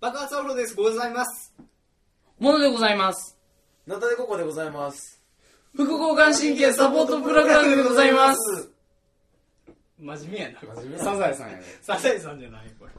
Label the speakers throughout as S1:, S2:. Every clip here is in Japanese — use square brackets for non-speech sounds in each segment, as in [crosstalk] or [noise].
S1: 爆発オフロです。ございます。
S2: ものでございます。
S3: なたでここでございます。
S2: 副交感神経サポートプログラムでございます。。
S1: 真面目やな。
S3: 真面目
S2: サザエさんやね。
S1: サザエさんじゃないこれ。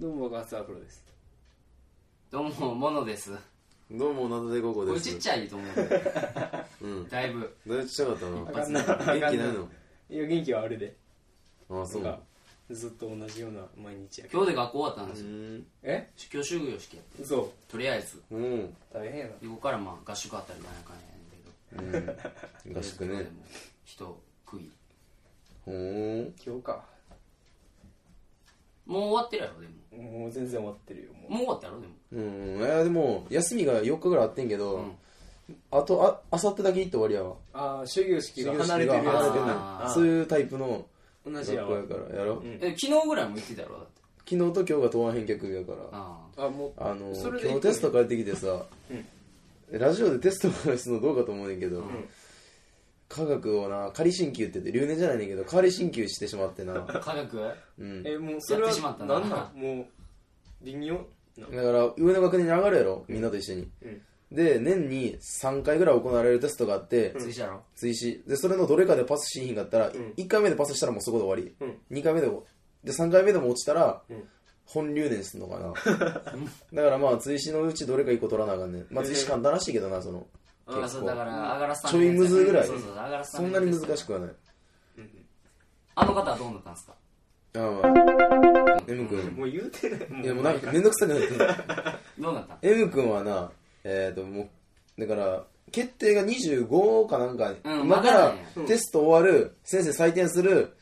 S2: どうも、爆発アフロです。どうも、ものです。
S3: どうも、なたでここ
S2: こ
S3: で
S2: れ
S3: す。
S2: ちっちゃいと思うんだよね。
S3: うん。
S2: だいぶ。
S3: だいぶちっちゃかった
S2: 一
S3: な。
S2: 発目。
S3: 元気ないの
S4: いや元気はあれで
S3: ああ、そう。
S4: なんか
S3: う
S4: ずっと同じような毎日やけど
S2: 今日で学校終わったんですよ。
S3: ーん。
S4: え
S2: 今日終業式やって。
S4: 嘘
S2: とりあえず、
S3: うん。
S4: 大変やな
S2: ここからまあ合宿あったりなんやかんやねんけど。
S3: 合宿ね。
S2: 人食い。
S3: ほーん。
S4: 今日か
S2: もう終わってるやろ、でも。
S4: もう全然終わってるよも
S2: もう終わったやろ、でも。
S3: うん。いや、でも、休みが4日ぐらいあってんけど、
S2: うん
S3: あと、あ、あさってだけ行って終わりやわ。
S4: うああ終業式が
S3: 卒業式
S4: 離れてるや
S3: が
S4: つ
S3: 離れてる
S2: あー
S3: そういうタイプの
S4: 同じや
S3: 学校
S4: わ
S3: やから、やろ、
S4: ん
S2: え、昨日ぐらいも行ってたやろ、だって。
S3: 昨日と今日が東案返却やから。
S2: ああ。
S4: あも
S3: あの
S4: それで
S3: 今日テスト帰ってきてさ、ラジオでテストの話するのどうかと思うねんけど、科学をな仮進級って言って留年じゃないねんけど仮進級してしまってな、
S2: 科学
S3: うん、
S4: う
S3: だ
S4: えもうそれは
S2: やってしまったな
S4: なんなんもう微妙な
S3: から上の学年に上がるやろみんなと一緒に、
S4: うん
S3: で年に3回ぐらい行われるテストがあって、
S2: 次じゃろ。
S3: 追試でそれのどれかでパスしひんかったら、
S4: ん
S3: 1回目でパスしたらもうそこで終わり、
S4: うん
S3: 2回目でもで3回目でも落ちたら、
S4: うん
S3: 本留年すんのかなだからまあ追試のうちどれか1個取らなあかんねん、まあ、追試簡単らしいけどなその
S2: ああ、そうだから、上がらすた
S3: ちょ
S2: め
S3: い
S2: のやつ
S3: むずぐらい
S2: そうそうそう、上がらすた
S3: そ
S2: め
S3: ん
S2: の
S3: な
S2: やつ
S3: に難しくはない
S2: あの方はどうなったんですか
S3: ああまあ M 君
S4: もう言うてないもう
S3: いやもうなんかめんどくさくなって
S2: どうなったん [laughs]
S3: M 君はなえっ、ー、ともうだから決定が25かなんか、
S2: うん
S3: 今か
S2: まだ
S3: ら
S2: ね
S3: テスト終わる先生採点する、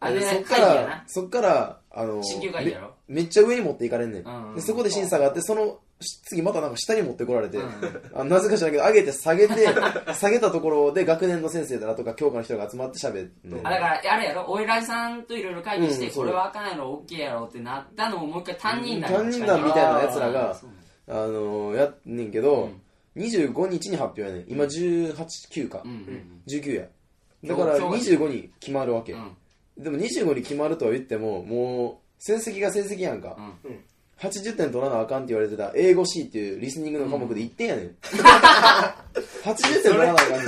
S2: あ
S3: えー
S2: れ、
S3: そっ
S2: ね、
S3: か
S2: 会議やな
S3: ら。そっからあの
S2: 進級会議やろ
S3: めめっちゃ上に持っていかれんねん、
S2: うんうん
S3: でそこで審査があってそのし次またなんか下に持ってこられて、
S2: うん
S3: あなぜか知らんけど上げて下げて下げたところで学年の先生だとか教科の人が集まって喋って、
S2: あだから、あれやろ、お偉いさんといろいろ会議して、
S3: うんそ
S2: こ
S3: う
S2: れはあかんやろ、オッケーやろってなったのをもう一回担任団に
S3: 担任団みたいなやつら
S2: あー
S3: が
S2: そうね、
S3: あのーやっねんけど、25日に発表やねん。今18、9か。
S2: うんうん
S3: 19や。だから
S2: 今日
S3: 25に決まるわけ。
S2: うん。うん
S3: でも25に決まるとは言っても、もう、成績が成績やんか。
S2: う
S3: 80点取らなあかんって言われてた英語 C っていうリスニングの科目で1点や
S2: [laughs]
S3: ねん。80点取らなあかんねん。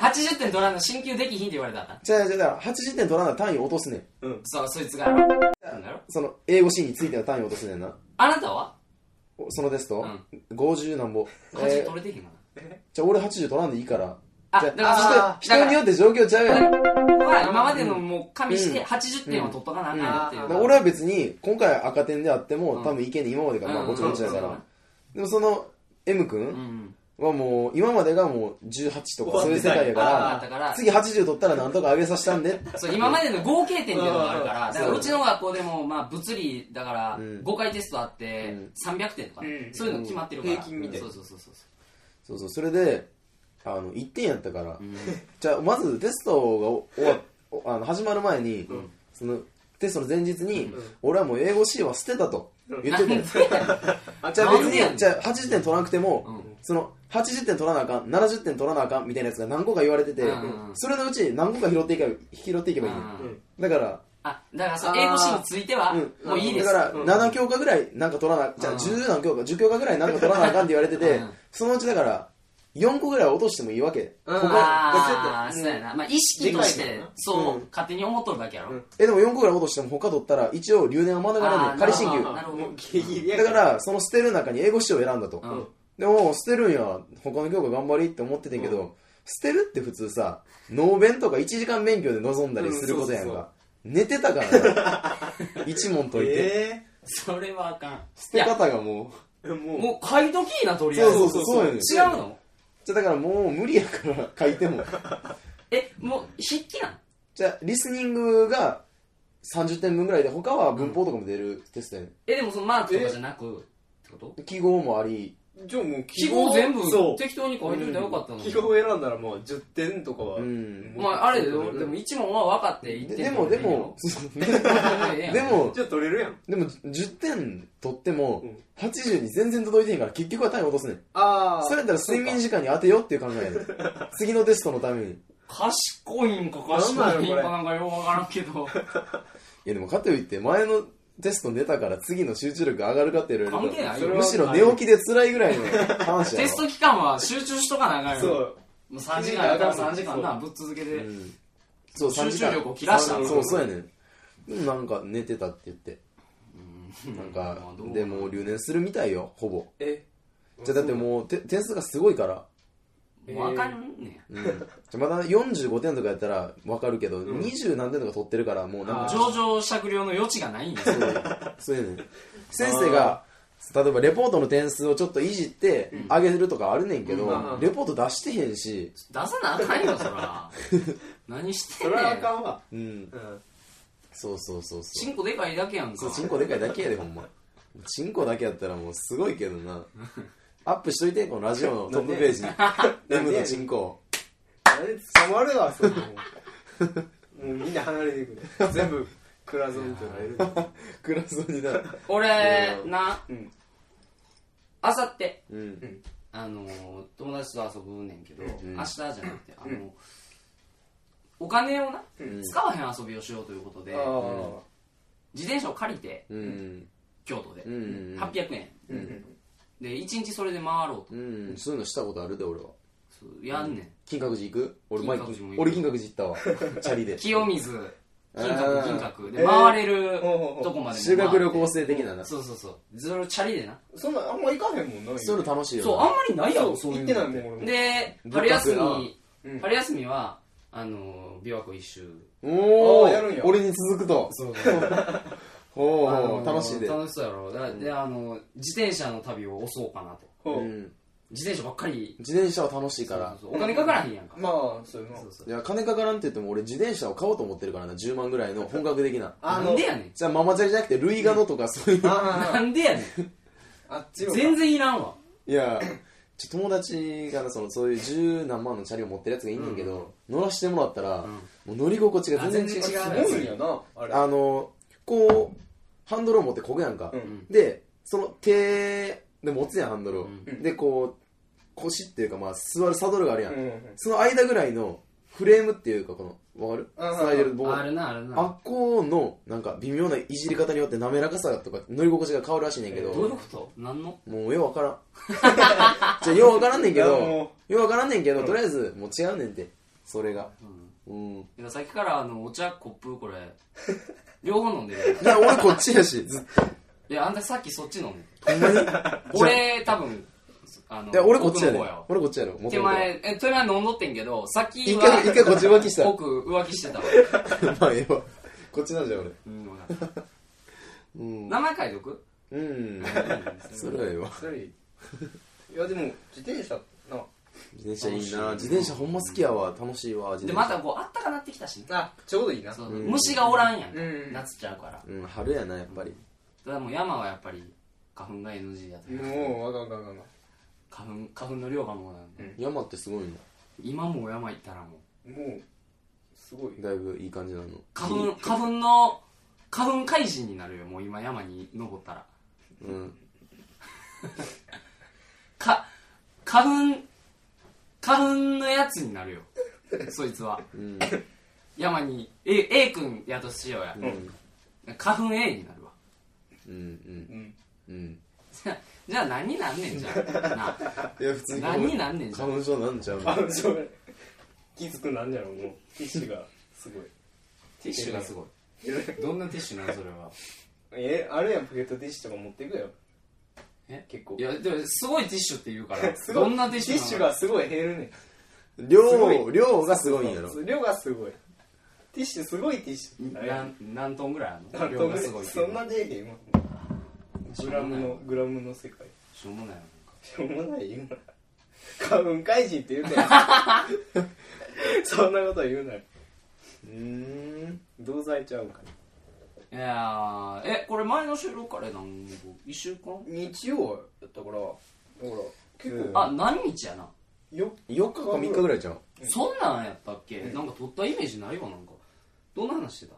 S2: 80点取らんの進級できひんって言われたら。
S3: じゃあじゃあじゃあ80点取らな単位落とすねん。
S2: そう、そいつがやろ。なんだろ
S3: その英語 C についての単位落とすねんな。
S2: あなたは
S3: おそのテスト、
S2: う
S3: 50なんぼ。え
S2: 80
S3: ー
S2: 取れてへんかな。
S3: じゃあ俺80取らんでいいから。
S2: あ
S3: じゃ
S2: だから
S3: 人人によって状況ちゃうやん。だか
S2: まあ今までのもう加味して80点は取っとかなあかんなっていう。
S3: ら俺は別に、今回赤点であっても、多分いけねえ今までが、ま
S2: う
S3: あ
S2: ん
S3: ごちゃごちゃだか
S2: うん
S3: ら。でもその、M
S2: う
S3: 君
S2: ん。
S3: はもう、今までがもう18とかそういう世界や
S2: あった
S3: か
S2: から
S3: ら、、次80取ったらなんとか上げさせたんで。
S2: そう今までの合計点っていうのがあるから、だから
S3: そう
S2: うちの学校でも、まあ、物理だから
S3: ん
S2: 5回テストあって
S3: ん
S2: 300点と
S4: う
S2: か、
S4: ん
S2: そういうの決まってるから、
S4: 平均みたいな
S2: そうそうそうそう
S3: そうそう、それで、あの、1点やったから、じゃあまずテストが終わおあの始まる前に、その、テストの前日に、俺はもう英語 C は捨てたと言ってたよ。
S4: あ
S3: じゃあ別
S2: なん
S3: に、じゃあ80点取らなくても、
S2: ん
S3: その、80点取らなあかん、70点取らなあかんみたいなやつが何個か言われてて、
S2: うん
S3: それのうち何個か拾っていけば拾っていけばいいねん、
S2: うん
S3: だから、
S2: あだからそう英語 C については
S3: うん、
S2: もういいです
S3: だから7教科ぐらいなんか取らな、じゃあ10何教科、10教科ぐらいなんか取らなあかんって言われてて、
S2: うん
S3: そのうちだから、 4個ぐらい落としてもいいわけ。
S4: うん
S3: ここ
S2: ああ
S4: ここ
S2: そうやなまあ意識として
S4: 理解な
S2: そう、
S3: うん
S2: 勝手に思っとるだけやろ、
S4: うん
S3: え、でも4個ぐらい落としても他取ったら、一応留年は免れ
S2: あ
S3: な
S2: ー
S3: い。仮進級。
S2: なるほど
S4: もうギリギリや
S3: だから、その捨てる中に英語史を選んだと。
S2: うん
S3: でも、捨てるんや、他の教科頑張りって思っててんけど、捨てるって普通さ、能弁とか1時間勉強で臨んだりすることやん
S4: うんそう
S3: か。寝てたからな。一問解いて。
S4: え
S2: それはあかん
S3: 捨て方がも
S4: えーもう
S2: もう買い時なと
S3: う。
S2: りあえ
S3: そう
S2: ず
S3: そうそう、そうやねん。
S2: 違うの
S3: じゃあだからもう無理やから、書いても。
S2: えもう筆記なん
S3: じゃあ、リスニングが30点分ぐらいで、他は文法とかも出るテストやねん。
S2: えでもそのマークとかじゃなくってこと
S3: 記号もあり、
S4: じゃあもう
S2: 記号全部
S4: そう
S2: 適当に書いといたらよかったのに
S4: 記号選んだらもう10点とかは、
S3: うん
S2: まああれで
S4: もう
S2: でも一問は分かって言っ
S3: で
S2: て
S3: でも、で
S2: [laughs]
S3: も、で
S2: で
S3: も、
S4: じゃあ取れるやん
S3: でも10点取っても
S4: うん、
S3: 80に全然届いてへんから、結局は単位落とすねん。
S4: あ
S3: それやったら睡眠時間に当てようっていう考えやねん。次のテストのために。い
S2: 賢いんか
S4: なんな
S2: 賢
S4: ん
S2: い
S4: や
S2: ん
S4: これ
S2: かなんかよう分からんけど
S3: や、でもかといって、前のテスト出たから次の集中力上がるかって言われ
S2: 関係
S3: る
S2: な
S4: そ
S2: い
S3: と、
S4: れ
S2: よ
S4: は
S3: むしろ寝起きで辛いぐらいの話や
S2: [laughs] テ
S3: わ
S2: スト期間は集中しとかなあかんよ
S4: そう
S2: もう3時間やったら3時間なぶっ続けて、
S3: うんそう、
S2: 集中
S3: 3時間
S2: 力を切らした
S3: そうそう、そうやねん。でもなんか寝てたって言って。なん
S2: ま
S3: か
S2: あどう、
S3: でもう留年するみたいよ、ほぼ。
S4: え
S3: じゃあだってもうて点数がすごいから。
S2: もう分かんね
S3: うん、じゃあまだ45点とかやったら分かるけど、20何点とか取ってるからもうなん
S2: や
S3: か
S2: 上場酌量の余地がないんや
S3: そうやねん先生が例えばレポートの点数をちょっといじって上げるとかあるねんけど、
S4: うん
S3: レポート出してへんし、
S2: 出さなあかんよそら何して
S4: そ
S2: ん
S4: れ
S2: ね
S4: はあ
S2: ん
S4: かんわ
S3: うん、
S4: うん
S3: そうそうそうそ
S2: チ
S3: う
S2: ンコでかいだけやん
S3: そ
S2: か
S3: うチンコでかいだけやでほんまチンコだけやったらもうすごいけどなアップしといてこのラジオのトップページに「
S4: なんで
S3: M のチンコ
S4: あれ捕まるわそれもう [laughs] もうみんな離れてくる全部クラゾンってなれる」
S3: 暗そうにな
S2: 俺な
S4: うん
S2: あさって
S3: うん
S2: あのー友達と遊ぶねんけど、
S3: ん
S2: 明日じゃなくてあの、お金をな、
S3: ん
S2: 使わへん遊びをしようということで
S4: ああ
S2: 自転車を借りて
S3: うん
S2: 京都で、
S3: うん
S2: 800円
S4: うん
S2: で1日それで回ろうと
S3: うんそういうのしたことあるで俺は
S2: そうやんねん、
S3: 金閣寺行く俺前
S2: 金閣寺も行く
S3: 俺金閣寺行ったわチャリで
S2: 清水金
S3: あ
S2: 閣
S3: ー
S2: 金閣
S4: え
S2: で
S4: ー
S2: 回れ
S4: ほ
S2: る
S4: うほうほう
S2: とこまで
S3: 修学旅行
S2: 生
S3: 生的ななそ
S2: そうそうそうそれをチャリでな
S4: そんなあんま行かへんもんな
S3: ういうの楽しいよ
S2: そうあんまりないやろそうい
S4: 行
S2: う
S4: ってない
S2: の
S4: もん俺も
S2: で
S3: 仏閣
S2: 春休み
S4: うん
S2: 春休みはあのー琵琶湖一周
S3: お
S4: あ
S3: お
S4: ーやるんや
S3: 俺に続くと [laughs]
S2: そう
S3: お
S2: あ
S3: お
S2: のー
S3: 楽しいで
S2: 楽しそうやろだであのー自転車の旅を押そうかなと
S4: ほ
S3: う
S4: うん
S2: 自転車ばっかり
S3: 自転車は楽しいから
S2: そうそうお金かからへんやんか
S4: まあそういうの
S2: そうそう
S3: いや金かからんって言っても俺自転車を買おうと思ってるからな10万ぐらいの本格的な
S4: あ
S2: なん
S4: の
S2: でやねん
S3: じゃあママチャリじゃなくてルイガノとかそういう
S4: あ
S2: なんでやねん
S3: [laughs]
S4: ああっちの
S2: 全然いらんわ
S3: いやちょ友達がなそのそういう十何万のチャリを持ってるやつがいんねんけど乗らしてもらったらもう乗り心地が全然
S2: あ全然違
S3: 違う
S2: う
S4: すごいんやなあれ
S3: あのこうハンドルを持ってこぐやんか、
S4: うん
S3: でその手で持つやんハンドルを、
S4: ん
S3: でこう腰っていうかまあ座るサドルがあるやん、
S4: うんうん
S3: その間ぐらいのフレームっていうかこのわかる
S4: うん
S3: スライドボ
S2: あ
S3: ール
S2: るなあるな
S3: あっこのなんか微妙ないじり方によって滑らかさとか乗り心地が変わるらしいねんけど
S2: どういうことなんの
S3: もうようわからん [laughs] じゃあようわからんねんけ
S4: いやも
S3: どようわからんねんけど、とりあえずもう違うねんてそれがうん
S2: いやさっきからあのお茶コップ
S3: [laughs]
S2: これ両方飲んでるやん
S3: いや俺こっちやしずっと
S2: いやあんたさっきそっち飲んで
S3: ほんまに
S2: 俺多分あの
S3: いや俺こっちや
S2: 奥
S3: で
S2: の方わ
S3: 俺こっちやろ元々
S2: 手前え手前飲んどってんけどさっき
S3: 一
S2: は
S3: 回一回こっち浮気した
S2: 僕浮気してたわ、
S3: [laughs] まあええわこっちなんじゃ俺
S2: うん、わかった
S3: [laughs] うん
S2: 名前書いとく
S3: うんそれはええわ
S4: それいいいやでも自転車な
S3: 自転車いいな自転車ほんま好きやわ楽しいわ自
S2: で
S3: 転
S2: ま
S3: 車
S2: たこうあったかなってきたしね
S4: あちょうどいいな
S2: そう
S3: うん
S2: 虫がおらんやん、
S4: うん
S2: 夏ちゃうから
S3: うん春やなやっぱり
S2: ただもう山はやっぱり花粉が NG やと
S4: もうわかんわかんわかん
S2: 花粉花粉の量がもうなんで、
S3: 山ってすごいんだ
S2: 今もう山行ったらもう
S4: もうすごい
S3: だいぶいい感じなの
S2: 花粉花粉の花粉怪人になるよもう今山に登ったら
S3: うん
S2: か花粉花粉のやつになるよそいつは
S3: うん
S2: 山に A, A 君やとしようや、
S3: うん
S2: 花粉 A になるわ
S3: うん
S4: うん
S3: うん
S2: じゃじゃあ何になんねんじゃんなあ
S3: いや普通に
S2: 何になんねんじゃん
S3: 花粉症なんちゃう
S4: あ
S3: の
S4: のしょうがない気づくなんやろもうティッシュがすごい
S2: ティッシュがすごいどんなティッシュなんそれは
S4: えあれやんポケットティッシュとか持っていくよ
S2: え
S4: 結構
S2: いやでもすごいティッシュって言う [laughs] から
S4: すごい
S2: どんなティッシュ
S4: ティ
S2: なの
S4: ッシュがすごい減るねすご
S3: 量
S4: い
S3: 量がすごいんやろ
S4: 量がすごいティッシュすごいティッシュ
S2: なん何トンぐらいあるの
S4: 何
S2: 量がすごいってい
S4: そ
S2: うんの
S4: な出えへん今
S2: しょう
S4: グ
S2: も
S4: ラ
S2: ない
S4: ムのグラムの世界
S2: しょうもないよ
S4: しょうもない今花粉怪人って言うね [laughs] そんなこと言うなよ
S3: うーん
S4: 同罪ちゃうんかない
S2: やーえこれ前の収録から何個1週間
S4: 日曜やったからだから結構、
S3: うん
S2: あ何日やな
S4: よ
S3: 4日か3日ぐらいじゃん
S2: そんなんやったっけなんか撮ったイメージないわなんかどんな話してた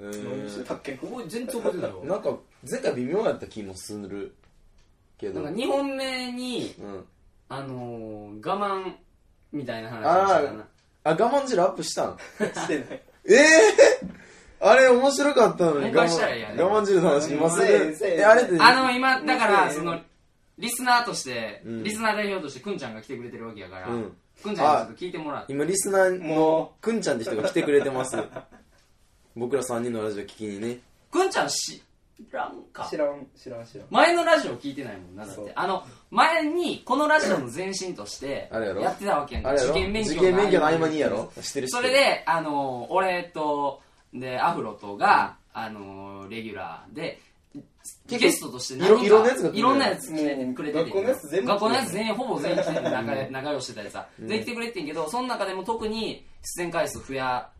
S3: え
S4: 何して
S3: ー
S4: たっけ
S2: 覚え全然覚えてない
S3: な
S2: わ
S3: んか前回微妙やった気もするけ
S2: な
S3: ど
S2: んか2本目に
S3: うん
S2: あのー、我慢みたいな話をしてたな
S3: あ我慢汁アップしたん
S4: してない
S3: ええあれ面白かったのに
S2: 公開したらいいやね
S3: 我慢我慢汁の話今すぐ
S4: せいせい
S3: えあれって
S2: あの今だから
S4: ね
S2: そのリスナーとして、
S3: うん
S2: リスナー代表としてくんちゃんが来てくれてるわけやから、
S3: うん
S2: くんちゃんにちょっと聞いてもらって
S3: 今リスナーの
S4: も
S3: くんちゃんって人が来てくれ
S2: [laughs]
S3: てます僕ら3人のラジオ聞きにね
S2: くんちゃん知らんか
S4: 知らん知らん知らん
S2: 前のラジオ聞いてないもんなだっ
S4: そう
S2: てあの前にこのラジオの前身として
S3: あれやろ
S2: やってたわけやんか
S3: あれやろ
S2: 受験勉強
S3: 受験勉強の合間にやろ知ってる知っ
S2: そ
S3: て
S2: れ
S3: る
S2: であの俺とでアフロとが、あのレギュラーで
S3: 構
S2: ゲストとして
S3: いろ
S2: か
S3: いろんなやつが来る
S2: いろんなやつ来
S4: も
S2: て
S4: う
S2: くれてて
S4: 学
S2: ん
S4: 校のやつ全部
S2: 学校のやつ全員ほぼ全員来てて仲仲良ししてたやつさ全員来てくれてんけどその中でも特に出演回数増や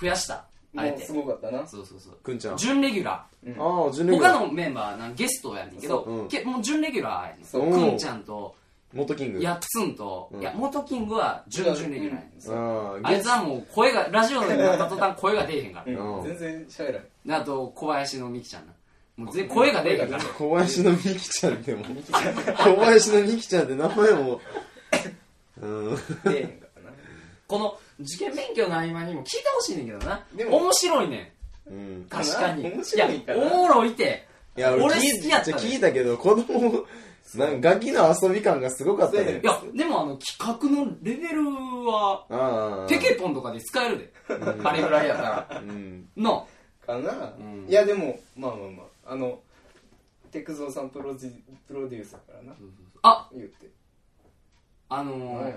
S2: 増やしたあれ
S4: もう
S2: て
S4: す
S2: そう
S4: ごかったな
S2: そうそう
S3: くんちゃんあ
S2: 準レギュラー
S3: あ準レギュ
S2: 他
S3: ラー
S2: のメンバーなんゲストやねんけど、
S3: そううん
S2: けもう準レギュラーやねん
S3: そう
S2: くんちゃんと
S3: 元キング
S2: やっつんと、
S3: うん
S2: いや元キングは準々レギュラーやねん、
S3: ああ
S2: あいつはもう声がラジオになった途端声が出えへんから、
S4: うん
S3: うん
S4: 全然しゃべら
S2: であと小林のみきちゃんなもう全声が出えへんから
S3: 小林のみきちゃんでも小林のみきちゃんって名前も
S4: へん出えへん
S3: うん
S4: からな
S2: この受験勉強の合間にも聞いてほしいねんけどな
S4: でも
S2: 面白いね
S3: うん
S2: ん確かに
S4: 面白いかな
S2: やおもろいて
S3: いや
S2: 俺
S3: 聞い
S2: 好きやったで
S3: 聞いたけど子供なんかガキの遊び感がすごかったね
S2: いやでもあの企画のレベルは
S3: ああ
S2: テケポンとかで使えるであれぐらいやから
S3: うん
S2: の
S4: かな、
S2: うん
S4: いやでもまあまあまああのテクゾーさんプロデュプロデュースだからな
S2: あ
S4: 言って、
S2: あ
S4: う
S2: の
S4: ん、うん
S2: ー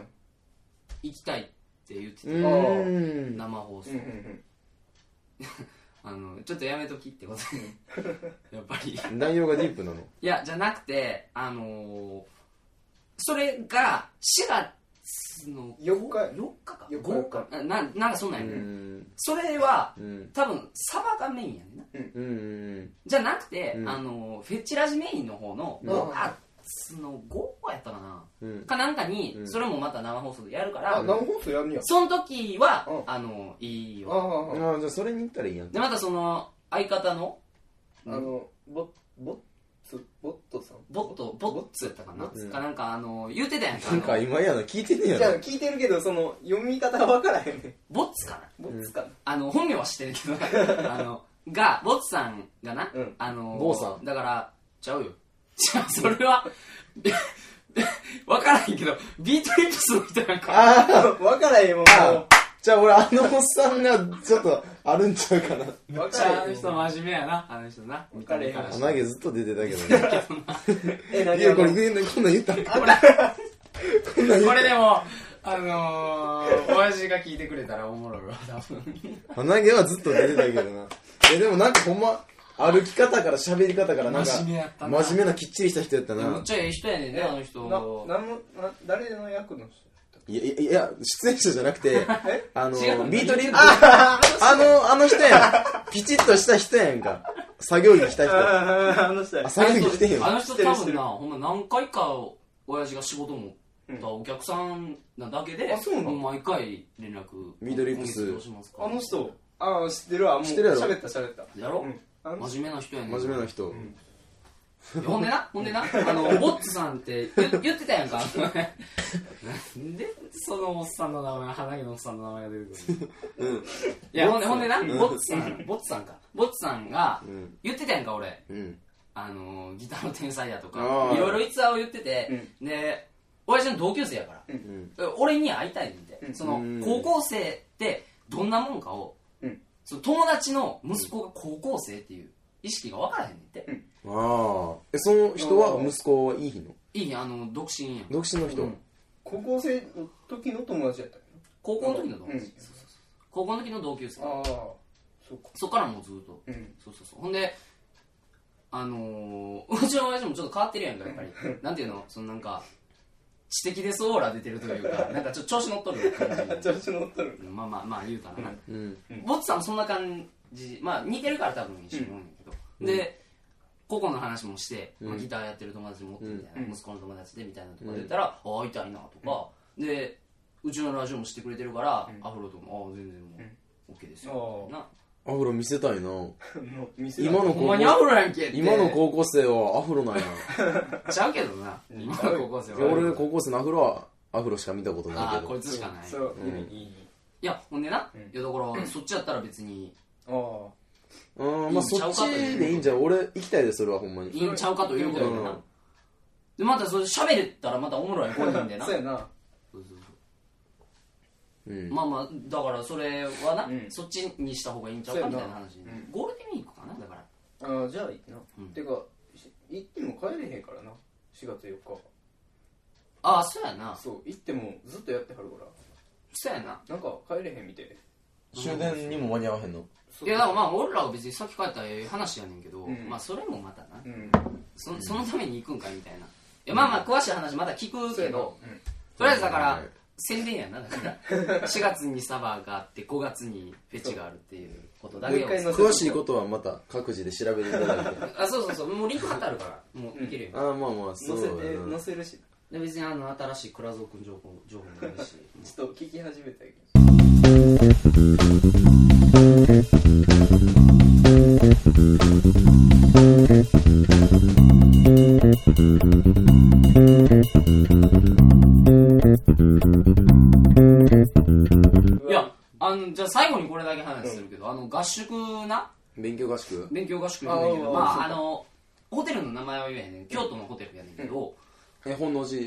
S2: 行きたいって言って
S3: う
S2: て
S3: んうん
S2: 生放送
S4: うんうん
S2: あのちょっとやめときってこと
S4: [laughs]
S2: でやっぱりい
S3: 内容がディープなの
S2: やじゃなくてあのーそれが4月の
S4: 4日
S2: 4日か
S4: 4日
S2: 5日あななんかそんなん
S3: う
S2: やね、
S3: ん
S2: それは
S3: うん
S2: 多分サバがメインやねんな
S3: うんうん
S2: じゃなくて、
S3: うん
S2: あのーフェチラジメインの方の
S4: うん
S2: 5月の5日やったかな、
S3: うん
S2: かなんかに、
S3: うん
S2: それもまた生放送でやるから、
S4: あ生放送やんねや
S2: その時は、
S4: うん
S2: あのーいいよ
S4: あああ
S3: ああじゃあそれに行ったらいいやん
S2: でまたその相方の
S4: ああのボボッツボットさん
S2: ボットボッツやったかな、
S3: ボッツ
S2: かなんかあの言ってたやんかあ
S3: な
S2: の
S3: んか今やの聞いてねえ
S4: じゃあ
S3: や
S4: 聞いてるけどその読み方が分からへんねん
S2: ボッツかな
S4: ボッツかな、
S2: あの本名は知ってるけどあ
S3: [laughs]
S2: のがボッツさんがな、
S4: うん
S2: あの
S3: 坊さん
S2: だからちゃうよ [laughs] じゃあそれはわからへんけどビートリップスの人なんか
S3: ああ
S4: 分からへんもん
S3: あ
S4: も
S3: じゃあ俺あのおっさんがちょっとあるんちゃうかな
S4: う分
S2: じゃ
S4: か
S2: ああ
S4: らへ
S2: の
S4: ん
S2: 人
S4: もん
S2: 真面目やなあの人な
S4: わかれへん
S2: 見た目らして
S3: 眉毛ずっと出てたけど
S4: え
S3: ねい
S4: 何や
S3: やこ
S4: これ
S3: れ言うのこんなん言った
S2: ほらこれでもあのー、親父が聞いてくれたらおもろいわ多分
S3: 鼻毛はずっと出てたけどなえでもなんかほんま歩き方から喋り方からなんか
S2: 真面目やったな
S3: 真面目なきっちりした人やった
S2: むっ
S3: な
S2: ちゃええ人やねんねあの人
S4: ななんもな誰の役の人
S3: いやいやいや出演者じゃなくてあの
S2: 違う
S3: ビートリップあのあの人やんピチッとした人やんか作業着着た人あ
S4: ああの人や
S3: 作業着着てへん
S2: あ
S3: わ
S2: の人多分なほんま何回か親父が仕事持ったお客さんなだけで、
S4: あそうなの
S2: 毎回連絡
S3: ミドルイップ
S2: 今月
S3: ス
S2: どうしますか
S4: あの人ああ知ってるわもう
S3: 知ってるやろ
S4: 喋った喋った
S2: やろ、
S4: うんあの人
S2: 真面目な人やねん
S3: 真面目な人
S2: ほんでなほんでなあのボッツさんって言言ってたやんかなんでそのおっさんの名前鼻毛のおっさんの名前が出てくるの、いやほんでほんでなボッツさんボッツさんかボッツさんが
S3: うん
S2: 言ってたやんか俺
S3: うん
S2: ああのギターの天才だとか
S3: あー
S2: いろいろ逸話を言ってて、で親父の同級生やから、
S3: うん
S2: 俺に会いたいんで、
S4: うん
S2: その
S3: うん
S2: 高校生ってどんなもんかを、
S4: うん
S2: その友達の息子が高校生っていう意識が分からへんねんって、
S3: ああえその人は息子はいいの
S2: いいねあの独身やん
S3: 独身の人、
S2: うん
S4: 高校生の時の友達やったっ
S2: 高校の時の同級生、
S4: うん
S2: そうそうそう高校の時の同級生
S4: けなああそうか
S2: そっからもうずっと
S4: うん
S2: そうそうそうほんであのー、う [laughs] ちの親父もちょっと変わってるやんかやっぱりなんていうのそのなんか知的ですオーラ出てるというかなんかちょっと調子乗っとる感じ
S4: 調子乗っとる
S2: まあまあまあ言うかな、
S3: うん
S2: ボッツさんもそんな感じまあ似てるから多分一緒に思うんだけど、
S3: うん
S2: で個々の話もして、まあ、
S3: うん
S2: ギターやってる友達持ってみたいな、
S4: うん
S2: 息子の友達でみたいなとか出たら、ああ会いたいなとか、でうちのラジオもしてくれてるから、
S4: うん
S2: アフロともああ全然もう OK ですよ、
S4: あ
S2: な
S3: アフロ見せたいな
S4: もう見せ
S3: 今の
S2: ほん
S3: 高
S2: まにア
S3: 校
S2: フロやんけって
S3: 今の高校生はアフロなんや
S2: ちゃうけどな今の高校生は
S3: 俺高校生のアフロはアフロしか見たことない
S2: あ
S3: け
S2: あこ
S3: ど
S2: いつしかない
S4: そう
S3: うん
S4: いいいいいい
S2: いやほんでな、
S4: うん
S2: いやだからそっちやったら別に
S4: ああ
S3: うんまあ
S2: いいんちゃ
S3: そうっ
S2: かと
S3: ち
S2: いう
S3: でいいんじゃん俺行きたいでそれはほんま
S2: い
S3: に
S2: いんちゃうかということやけどな、
S3: うん
S2: でまたそれ喋れたらまたおもろい声なんだよ
S4: [laughs]
S2: な
S4: そうやな
S2: そうそうそう
S3: うん
S2: まあまあだからそれはな、
S4: うん
S2: そっちにした方がいいんちゃうかみたいな話
S4: そ
S2: に
S4: うやなうん
S2: ゴールデンウィークかなだから
S4: ああじゃあいいな、
S2: うん
S4: てかし行っても帰れへんからな4月4日
S2: ああそうやな
S4: そう行ってもずっとやってはるから
S2: そうやな
S4: なんか帰れへんみて
S3: 終電にも間に合わへんの
S4: そう
S2: いやだからまあ俺らは別に先帰ったらええ話やねんけど、
S4: うん
S2: まあそれもまたな
S4: うん
S2: そそのために行くんかみたいないやまあまあ詳しい話また聞くけど、
S4: うん
S2: とりあえずだから
S3: はい
S2: 宣伝やなだから4
S4: [laughs]
S2: 月にサバがあって5月にフェチがあるっていうことだけを
S4: もう一回の
S3: 詳しいことはまた各自で調べていただいて
S2: あそうそうそうもうリンク貼ってあるからもういけるよ、
S3: ああまあまあ
S4: 載
S3: そう
S4: せ
S3: や
S4: て
S3: な
S4: 載せるし
S2: で別にあの新しい倉蔵君情報情報もあるし
S4: ちょっと聞き始めたけど
S2: いやあのじゃあ最後にこれだけ話するけど、あの合宿な
S3: 勉強合宿
S2: 勉強合宿じゃないけ
S4: あ
S2: ど
S4: ーそ
S2: ま
S4: う
S2: あ
S4: か
S2: あのホテルの名前は言えへんねん京都のホテルやねんけど、
S3: え本能寺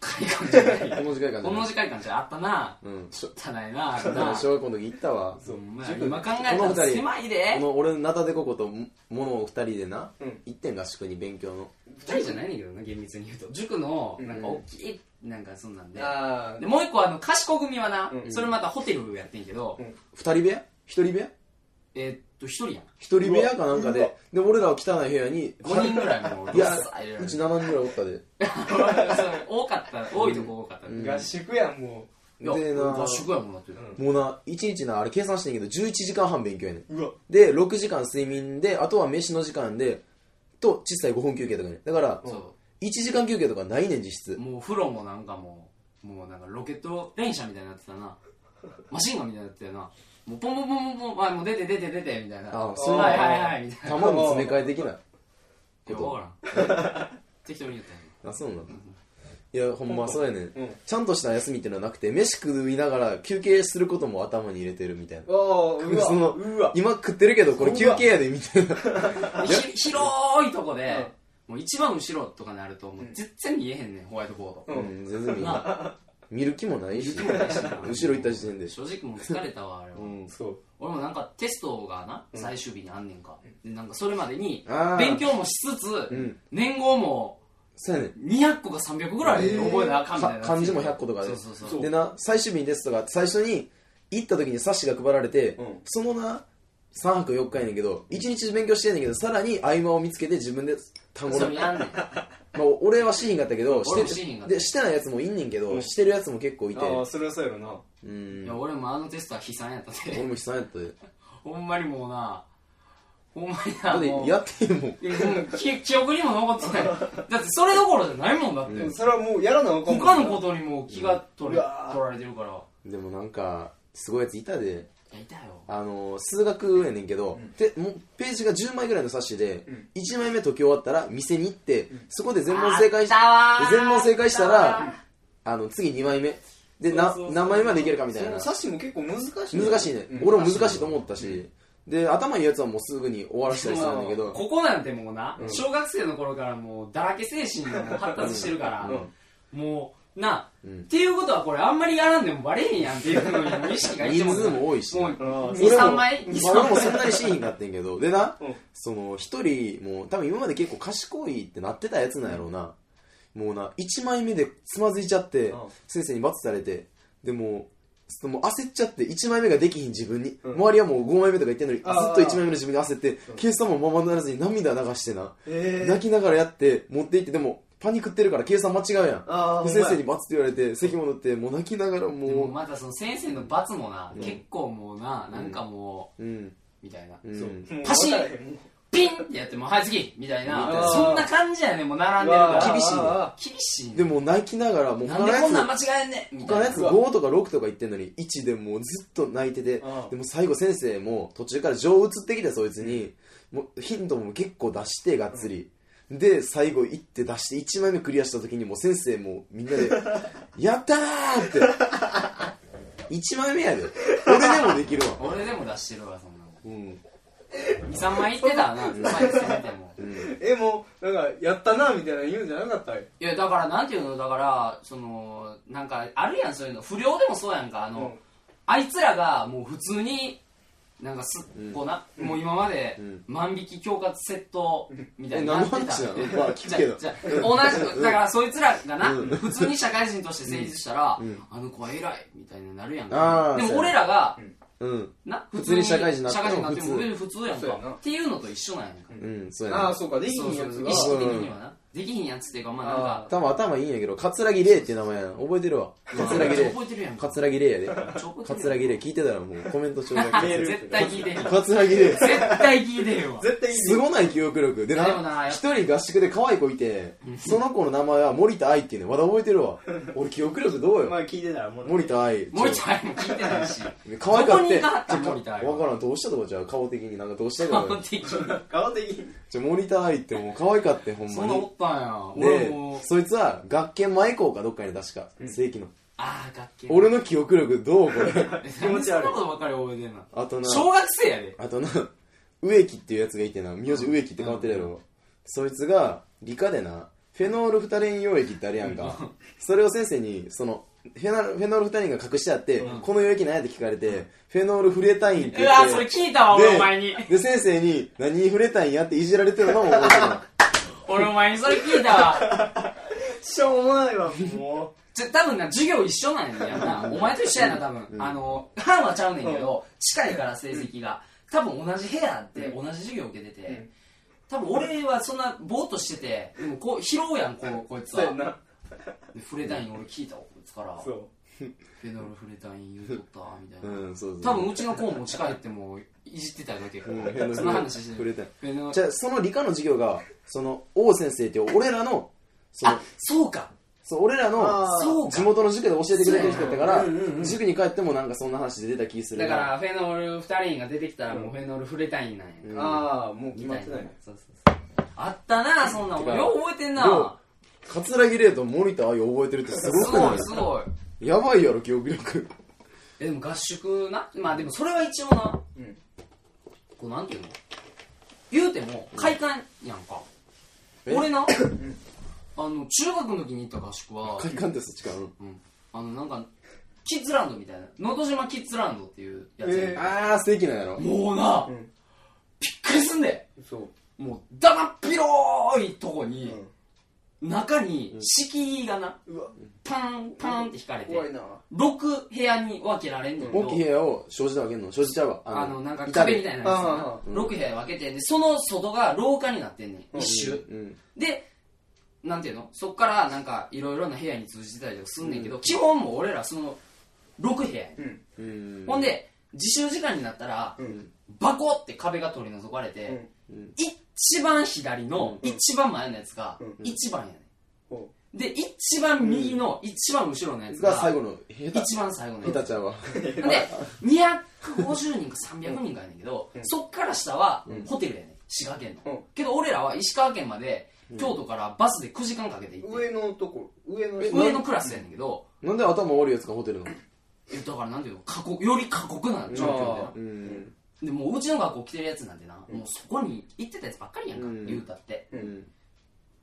S2: 会館じゃない
S3: 本能寺会館じゃ
S2: こ
S3: な
S2: の
S3: い
S2: 時会館じゃあったな
S3: うんしょ
S2: あったないなあったな
S3: 小学校の時行ったわ
S2: ほんまや
S3: 自分
S2: 今考えた
S3: この
S2: ら
S3: 二人
S2: 狭いで
S3: この俺のナタデココともモノを二人でな、
S4: うん
S3: 一点合宿に勉強の
S2: 二人じゃないねんけどな厳密に言うと塾のなんか大きいなんかそんなんで、
S4: あ
S2: でもう一個あの賢組はな、
S4: うん
S2: それまたホテルやってんけど、
S4: うん
S3: 二人部屋一人部屋
S2: えーっと一人やん
S3: 一人部屋かなんかでで俺らは汚い部屋に
S2: 5人ぐらいも
S3: いや
S2: どっさ入れられ
S3: う
S2: る
S3: ち7人ぐらいおったで
S2: そう多かった多いとこ多かった、
S3: ん
S4: あ合宿やんも
S2: いや
S3: でな
S2: 合宿やもんなって、
S3: もうな1日なあれ計算してんけど11時間半勉強やねん
S4: ううわ
S3: で6時間睡眠であとは飯の時間でと小さい5分休憩とかねだから
S2: そ
S3: 1時間休憩とかないねん実
S2: う
S3: 質
S2: もう風呂もなんかもうもうなんかロケット連射みたいになってたなマシンガンみたいになってたよなもうポンポンポンポンポンあもう出て出て出てみたいな
S3: あ
S4: そう
S2: はいはいはいみたいな
S3: 玉の詰め替えでき
S2: い
S3: ない
S2: や
S3: こと
S2: わからん適当に言ったよ
S3: あそうなのいやほんまそうやねん、
S4: ん
S3: ちゃんとした休みっていうのはなくて飯食いながら休憩することも頭に入れてるみたいな
S4: あーうわ
S3: [laughs] その
S4: うわ
S3: 今食ってるけどこれ休憩やでみたいな
S2: ひ広いとこで、もう一番後ろとかになるともう全然見えへんねんホワイトボード、
S3: うん全然見ない見る気もないし後ろ行った時点で
S2: 正直もう疲れたわあれは、
S3: うん
S4: そう
S2: 俺もなんかテストがな最終日にあんねんか、でなんかそれまでに
S3: あー
S2: 勉強もしつつ、
S3: ん
S2: 年号も
S3: そうやねん
S2: 200個か300個ぐらい覚えなあかんみたいなやつ
S3: か漢字も100個とかで
S2: そうそうそう
S3: でな最終日にですとか最初に行った時に冊子が配られて、
S4: ん
S3: そのな3泊4日やねんけど1日勉強してんねんけどさらに合間を見つけて自分で単語
S2: そ
S3: の
S2: れやんねん
S3: まあ、俺はしひんかったけど
S2: 俺もしひんかった
S3: でしてないやつもいんねんけど、
S4: うん
S3: してるやつも結構いて
S4: ああそれはそうやろな
S3: う
S2: い
S3: ん
S2: や俺もあのテストは悲惨やった
S3: 俺
S2: で
S3: も悲惨やったで
S2: ほんまにもうなほんまにな
S3: だっ
S2: も
S3: て
S2: う
S3: やってんもん
S2: いやもう記記憶にも残って
S3: [laughs]
S2: ないだってそれどころじゃないもんだって、
S4: でもそれはもうやらなあかんもん
S2: 他のことにもう気が取れ
S4: うんうわー
S2: 取られてるから
S3: でもなんかすごいやついたで
S2: いやいたよ
S3: あのー数学やねんけど、でもうページが10枚ぐらいの冊子で、
S4: ん
S3: 1枚目解き終わったら店に行って、そこで全問正解し
S2: あったわー
S3: 全問正解した
S2: あったわ
S3: らあの次2枚目で
S4: そう
S3: な
S4: そうそう
S3: 何枚までいけるかみたいな
S4: その冊子も結構難しい
S3: 難しいね、
S4: うん
S3: 俺も難しいと思ったし、で、頭いいやつはもうすぐに終わらせたりするんだけど、
S2: ここなんてもうな、小学生の頃からもうだらけ精神がもう発達してるから、もうな、
S3: うん
S2: っていうことはこれあんまりやらんでもバレへんやんっていうのにもう意識がいっ
S3: 人
S2: ても
S3: 数も多いし。
S2: もう
S4: うん
S3: 俺も
S2: 23枚
S3: まあ俺もそんなにシーンになってんけど、でな
S4: うん、
S3: その、一人、もう、多分今まで結構賢いってなってたやつなんやろうな。もうな、一枚目でつまずいちゃって
S4: うん、
S3: 先生に罰されて、でもう、そのもう焦っちゃって、一枚目ができひん自分に、
S4: うん
S3: 周りはもう5枚目とか言ってんのに、ず
S4: あー
S3: っと一枚目の自分に焦って、計算もままならずに涙流してな、
S4: え
S3: 泣きながらやって、持って行って、でも、パニックってるから計算間違うやん。
S4: ああ
S3: で先生に罰って言われて、席戻って、もう泣きながら
S2: でも
S3: も
S2: またその先生の罰もな、
S3: うん
S2: 結構もうななんかもう、
S3: う、うん、
S2: みたいな、
S3: うん。
S2: パシン
S4: ン
S2: ピンってやってもうはい次みたいな
S3: みたいな
S2: そんな感じやねもう並んでるから
S3: 厳しいね
S2: 厳しいね
S3: でもう泣きながら、もう
S2: なんでこんなん間違えんねんみた
S3: 他
S2: い
S3: の
S2: な
S3: やつ5とか6とか言ってんのに1でもうずっと泣いてて
S4: うん
S3: でも最後先生も途中から情移ってきたそいつにもうヒントも結構出してがっつりで最後行って出して1枚目クリアした時にもう先生もみ
S2: [laughs]
S3: んなで「やったー!」って1枚目やで俺でもできるわ
S2: 俺でも出してるわそんなも
S3: うん
S2: ん23枚いってたらな前に攻めても
S3: うん
S4: えもうなんかやったなみたいなの言うんじゃなかった
S2: いやだからなんていうのだからそのなんかあるやんそういうの不良でもそうやんかあの、
S4: うん
S2: あいつらがもう普通になんかすっこうな、もう今まで
S3: うん
S2: 万引き恐喝窃盗みたい
S3: え
S2: にな
S3: 何
S2: っ
S3: の
S2: てた、
S3: 話なのま
S2: [laughs]
S3: あ聞くけど
S2: じゃあじゃあ同じくだからそいつらがな、
S3: うん
S2: 普通に社会人として成立したら、
S3: うんうん
S2: あの子は偉いみたいになるやん
S3: あ
S2: か
S3: ー
S2: で
S3: そう
S2: も
S3: や
S2: 俺らが
S3: うん
S2: な
S3: 普通に社会人になって
S2: 社
S3: も
S2: 会人になっても
S3: 普通
S2: 別に普通やん
S4: そうやな
S2: かっていうのと一緒なんやんか
S3: うんそうや
S4: ああ
S3: な
S4: そうかできひ
S2: そうんそ
S4: や
S2: う
S4: つ
S2: そう
S4: が
S2: 意識的にはなできひんやつっていうかまあなんか
S3: 多分頭いいんやけど桂木玲っていう名前やん覚えてるわ桂木
S2: めっちゃ
S3: 玲
S2: 覚えてるやんか
S3: 桂木玲やで
S2: 桂
S3: 桂木玲聞いてたらもうコメントちょうだい
S4: メール
S2: 絶対聞いてへんわ
S3: 桂木玲
S2: 絶対聞いてへんわ
S4: 絶対いい
S3: すごない記憶力で
S2: いやでもな
S3: な一人合宿で可愛い子いてその子の名前は森田愛っていうのまだ覚えてるわ俺記憶力どうよ
S4: 前聞いてたらも
S3: 森田愛
S2: 森田も聞いてないし
S3: 可愛か
S2: どこ
S3: っ
S2: に
S3: て
S2: いなかった
S3: ちょ
S2: 森田愛は
S3: わからんどうしたとかじゃあ顔的になんかどうした
S2: 顔
S3: か
S2: 的に
S4: 顔的に
S3: じゃあ森田愛ってもう可愛かってほん
S2: そ
S3: ま
S2: んな
S3: に
S2: おったんや俺
S3: で
S2: も
S3: そいつは学研前校かどっかに確か正規の
S2: ああ楽器
S3: 俺の記憶力どうこ
S2: [laughs]
S3: れ
S2: 気持ち悪いそんなことばっかり覚えてんな
S3: あとな
S2: 小学生やで
S3: あとな、 [laughs] 植木っていうやつがいてな、名字植木って変わってるやろ。そいつが、理科でな、フェノール二連溶液ってあるやんか。それを先生に、その、フェナフェノール二連が隠してあって、この溶液何やって聞かれて、フェノールフレタインって
S2: う
S3: 言
S2: わ
S3: って。
S2: それ聞いたわ俺お前 [laughs] に
S3: で、で先生に、何フレタインやっていじられてるのも覚えて
S2: [laughs]
S3: るわ
S2: 俺お前にそれ聞いたわ
S4: しょうもないわも
S2: [laughs] ちょ多分な授業一緒なんやなお前と一緒やな多分あの班はちゃうねんけど近いから成績が多分同じ部屋で同じ授業受けてて
S4: ん
S2: 多分俺はそんなぼーっとしててでもこう拾うやんこうこいつ
S4: うそうや
S2: は
S4: な
S2: でフレタイン俺聞いたわこいつから
S4: そ
S2: フ
S4: う
S2: ェノールフレタイン言うとったみたいな
S3: うん、そうそ
S2: 多
S3: う。
S2: 分うちの子も持ち帰ってもいじってたよな結
S3: うんフェノ
S2: 構その
S3: ール
S2: 話して
S3: フ
S2: る
S3: レタイン。
S2: フェノー
S3: じ
S2: ル
S3: ゃあ、その理科の授業が、その、王先生って俺らの、その
S2: あ、そうか
S3: そう俺らの
S4: あー
S2: そうか
S3: 地元の塾で教えてくれてる人やったから、
S4: うんうんうん
S3: 塾に帰ってもなんかそんな話で出た気する
S2: だ
S3: な
S2: からフェノール二人が出てきたらもうフェノールフレタインなんや
S3: うん
S4: ああもう決
S2: み
S4: ま
S2: た
S4: っ
S2: い
S4: て
S2: な
S4: ない
S2: そうそうそうあったなそんなん
S3: てか
S2: よう覚えてん
S3: よう
S2: な
S3: 桂木玲と森田愛を覚えてるってすご
S2: す
S3: くな
S2: ご
S3: い
S2: いすごい
S3: やばいやろ記憶力
S2: えでも合宿なまあでもそれは一応な
S4: うん
S2: こうなんていうの言うても快感やんか
S3: え
S2: 俺なあの中学の時に行った合宿は
S3: 快感ってそっちかうん
S2: うんあのなんかキッズランドみたいな能登島キッズランドっていうやつやねん
S4: え
S3: ああ正規なんやろ
S2: もうな、
S4: ん
S2: びっくりすんで
S4: そう
S2: もうだだっ広いとこに、中に
S3: ん
S2: 敷居がな
S4: うわ
S2: パンパンって引かれて
S4: 怖いな
S2: 6部屋に分けられんねんけ
S3: 大きい部
S2: ど
S3: 屋を障子で開けんの障子ちゃうわ
S2: あのなんか
S3: 板で
S2: 壁みたいなやつ
S4: あ
S2: が
S4: あ
S3: うん
S2: 6部屋分けてんでその外が廊下になってんねん
S4: ん
S2: 一周
S3: うん
S2: でなんていうのそっからなんかいろいろな部屋に通じてたりとかすんねんけど基本もう俺らその6部屋やねん
S4: うん
S3: うん
S2: ほんで自習時間になったら
S4: うん
S2: バコって壁が取り除かれ
S4: う
S2: て
S4: ん
S2: 一番左の一番前のやつが
S4: うん
S2: 一番やね
S4: ほ
S2: んで一番右の一番後ろのやつ
S3: が
S2: が
S3: 最後の下手
S2: 一番最後のやつ
S3: 下手ちゃうわ
S2: で250人か300人かやねんけど、
S4: ん
S2: そっから下はホテルやねん滋賀県の、
S4: うん
S2: けど俺らは石川県まで京都からバスで9時間かけて行
S4: う
S2: って
S4: [laughs] 上のとこ上の
S3: え
S2: 上のクラスやねんけど、
S3: なんで頭悪いやつがホテルの
S2: えだからなんていうの過酷より過酷な状況でな
S4: あ
S3: うん
S2: でもううちの学校来てるやつなんてな、もうそこに行ってたやつばっかりやんか、
S3: うん
S2: 言うたって
S3: うん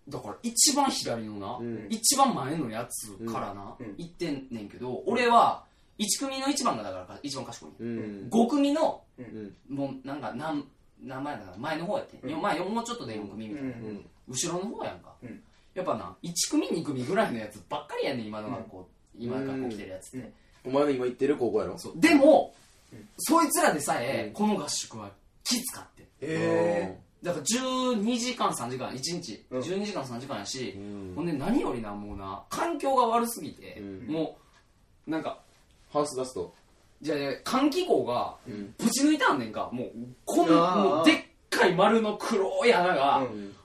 S2: だから一番左のな、
S3: うん
S2: 一番前のやつからな、
S4: うん
S2: 行ってんねんけど俺は1組の一番がだから一番賢いねん、
S3: うん
S2: 5組の
S3: うん
S2: もうなんか何何前だから前の方やって、
S4: うん
S2: よまあよもうちょっとで4組みたいな、
S3: うん
S2: 後ろの方やんか、
S4: うん
S2: やっぱな1組2組ぐらいのやつばっかりやねん今の学校、今の学校来てるやつって、
S4: うん
S3: お前の今行ってる高校やろ
S2: そうでも、
S4: うん
S2: そいつらでさえ、
S3: うん
S2: この合宿はきつかって
S4: え
S2: だから12時間3時間1日、
S4: うん
S2: 12時間3時間やし
S3: う、ん
S2: ほんで何よりなもうな環境が悪すぎて、
S3: うん
S2: もうなんか
S3: ハウスダスト
S2: じゃあ換気口が
S3: うん
S2: ぶち抜いてあんねんかもうこん
S4: あー
S2: もうでっかい丸の黒い穴が、
S4: うん
S3: うん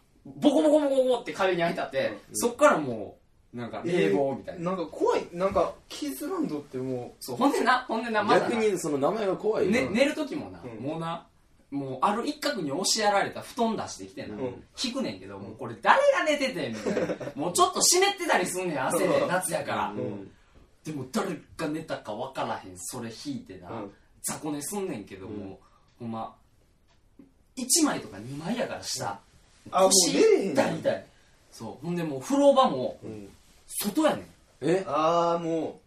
S2: ボコボコボコボコって壁に開いてあって、そっからもうなんか冷房みたい
S4: な
S2: な、
S4: んか怖いなんかキーズランドっても
S2: そうほんでなほんでなまだな
S3: 逆にその名前が怖いよ
S2: ね、寝る時もな、
S4: うん
S2: もうなもうある一角に押しやられた布団出してきてな、
S4: うん
S2: 引くねんけど、もうこれ誰が寝ててんみたいなもうちょっと湿ってたりすんねん汗で夏やから、
S3: うん
S2: でも誰が寝たか分からへんそれ引いてな、
S4: うん
S2: 雑魚寝すんねんけども、
S3: うん
S2: ほんま1枚とか2枚やから下、
S4: あもう
S2: 腰
S4: 寝れへん
S2: 痛い痛いそうほんでもう風呂場も
S3: うん
S2: 外やねん
S3: え
S4: ああも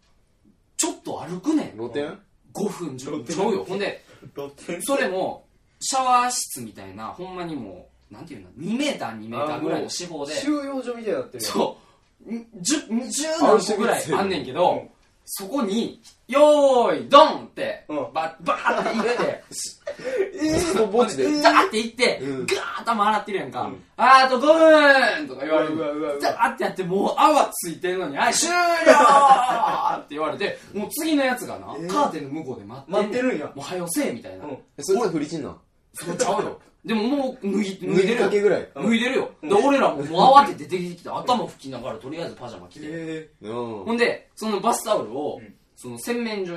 S2: ちょっと歩くねん
S3: 露天
S2: 5分10分ちょうよほんで
S4: う露天
S2: それもシャワー室みたいなほんまにもうなんていうの2メーター2メーターぐらいの四方で
S4: 収容所みたいになってる
S2: そう10何個ぐらいあんねんけ
S4: う
S2: ど
S4: ん
S2: そこに「よーいドン!」って
S4: うん
S2: ババーって行って
S3: そこ墓地で
S2: ダーって行ってガ
S3: う
S2: ーッ
S3: ん
S2: 頭洗ってるやんか「あーあと5分!」とか言われ
S4: うわうわう
S2: る
S4: わ
S2: ダーってやってもう泡ついてるのに「はい終了!」って言われてもう次のやつがな
S4: えー
S2: カーテンの向こうで待ってんね
S4: 待ってるんや
S2: もうはよせえみたいな
S4: うん
S3: えそれさフリチンなん
S2: そうちゃうよ。でももう脱ぎ、脱いで
S3: 脱ぎ
S2: る
S3: かけ
S2: よ。
S3: ぐらい
S2: 脱いでるよ。で、俺らももう慌てて出てきて、頭拭きながらとりあえずパジャマ着て。
S4: え
S3: うん
S2: ほんで、そのバスタオルを
S4: うん、
S2: その洗面所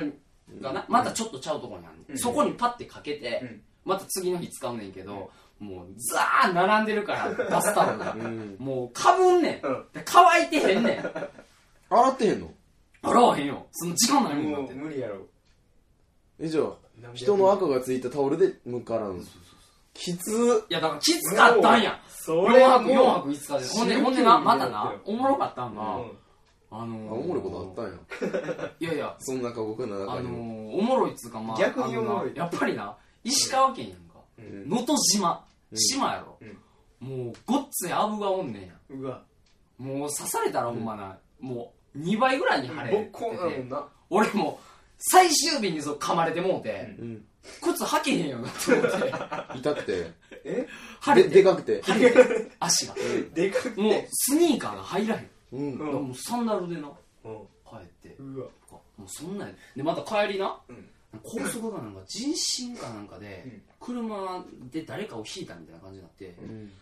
S2: がな、またちょっとちゃうとこにある
S4: うん
S2: そこにパッてかけ
S4: う
S2: て
S4: ん、
S2: また次の日使うねんけど、もうザー並んでる
S4: [laughs]
S2: から、バスタオルが
S3: う。ん
S2: もうかぶんねん
S4: うん。
S2: で乾いてへんねん。
S3: 洗ってへんの
S2: 洗わへんよ。その時間ないもんだ
S4: も
S2: っ
S4: う
S2: て。
S4: 無理やろ
S3: えじゃあ人の赤がついたタオルで向かう洗うのきつ
S2: いや、だからきつかったんや。
S4: そ
S2: 4
S4: れ
S2: 泊、4
S4: も
S2: 泊5日で。ほんで、
S4: 死ぬ
S2: ほんでな、
S4: 気に
S2: ま
S4: なるよ
S2: たな、おもろかったんが、
S4: うん
S2: あのー、
S3: あおもろいことあったんや
S2: いやいや、
S3: そんな過酷な
S2: あの
S3: 中にも
S2: ー、おもろいっつうか、まあ、
S4: 逆に
S2: あのな
S4: おもろい
S2: やっぱりな、石川県やんか。
S3: うん
S2: 能登島。島やろ
S4: うん。
S2: もう、ごっついアブがおんねんや。
S4: うわ
S2: もう、刺されたらほんまな、もう、2倍ぐらいに腫れ
S4: ボ
S2: て
S4: ッコンやもん
S2: て、
S4: な
S2: 俺もう、最終日にそう噛まれてもうて、
S3: うん
S2: 靴履けへんよなって思って、
S3: [laughs] 痛くて
S4: え
S2: 腫れ
S3: で
S2: て、
S3: でかくて
S2: 腫れて、足が。
S4: でかくて
S2: もう、スニーカーが入らへん。
S3: うん
S4: うん
S2: もう、サンダルでな、
S4: うん
S2: 帰って。
S4: うわ
S2: もうそんなんやでまた帰りな、
S4: うん
S2: 高速がなんか人身かなんかで、
S4: うん
S2: 車で誰かをひいたみたいな感じになって、
S3: うん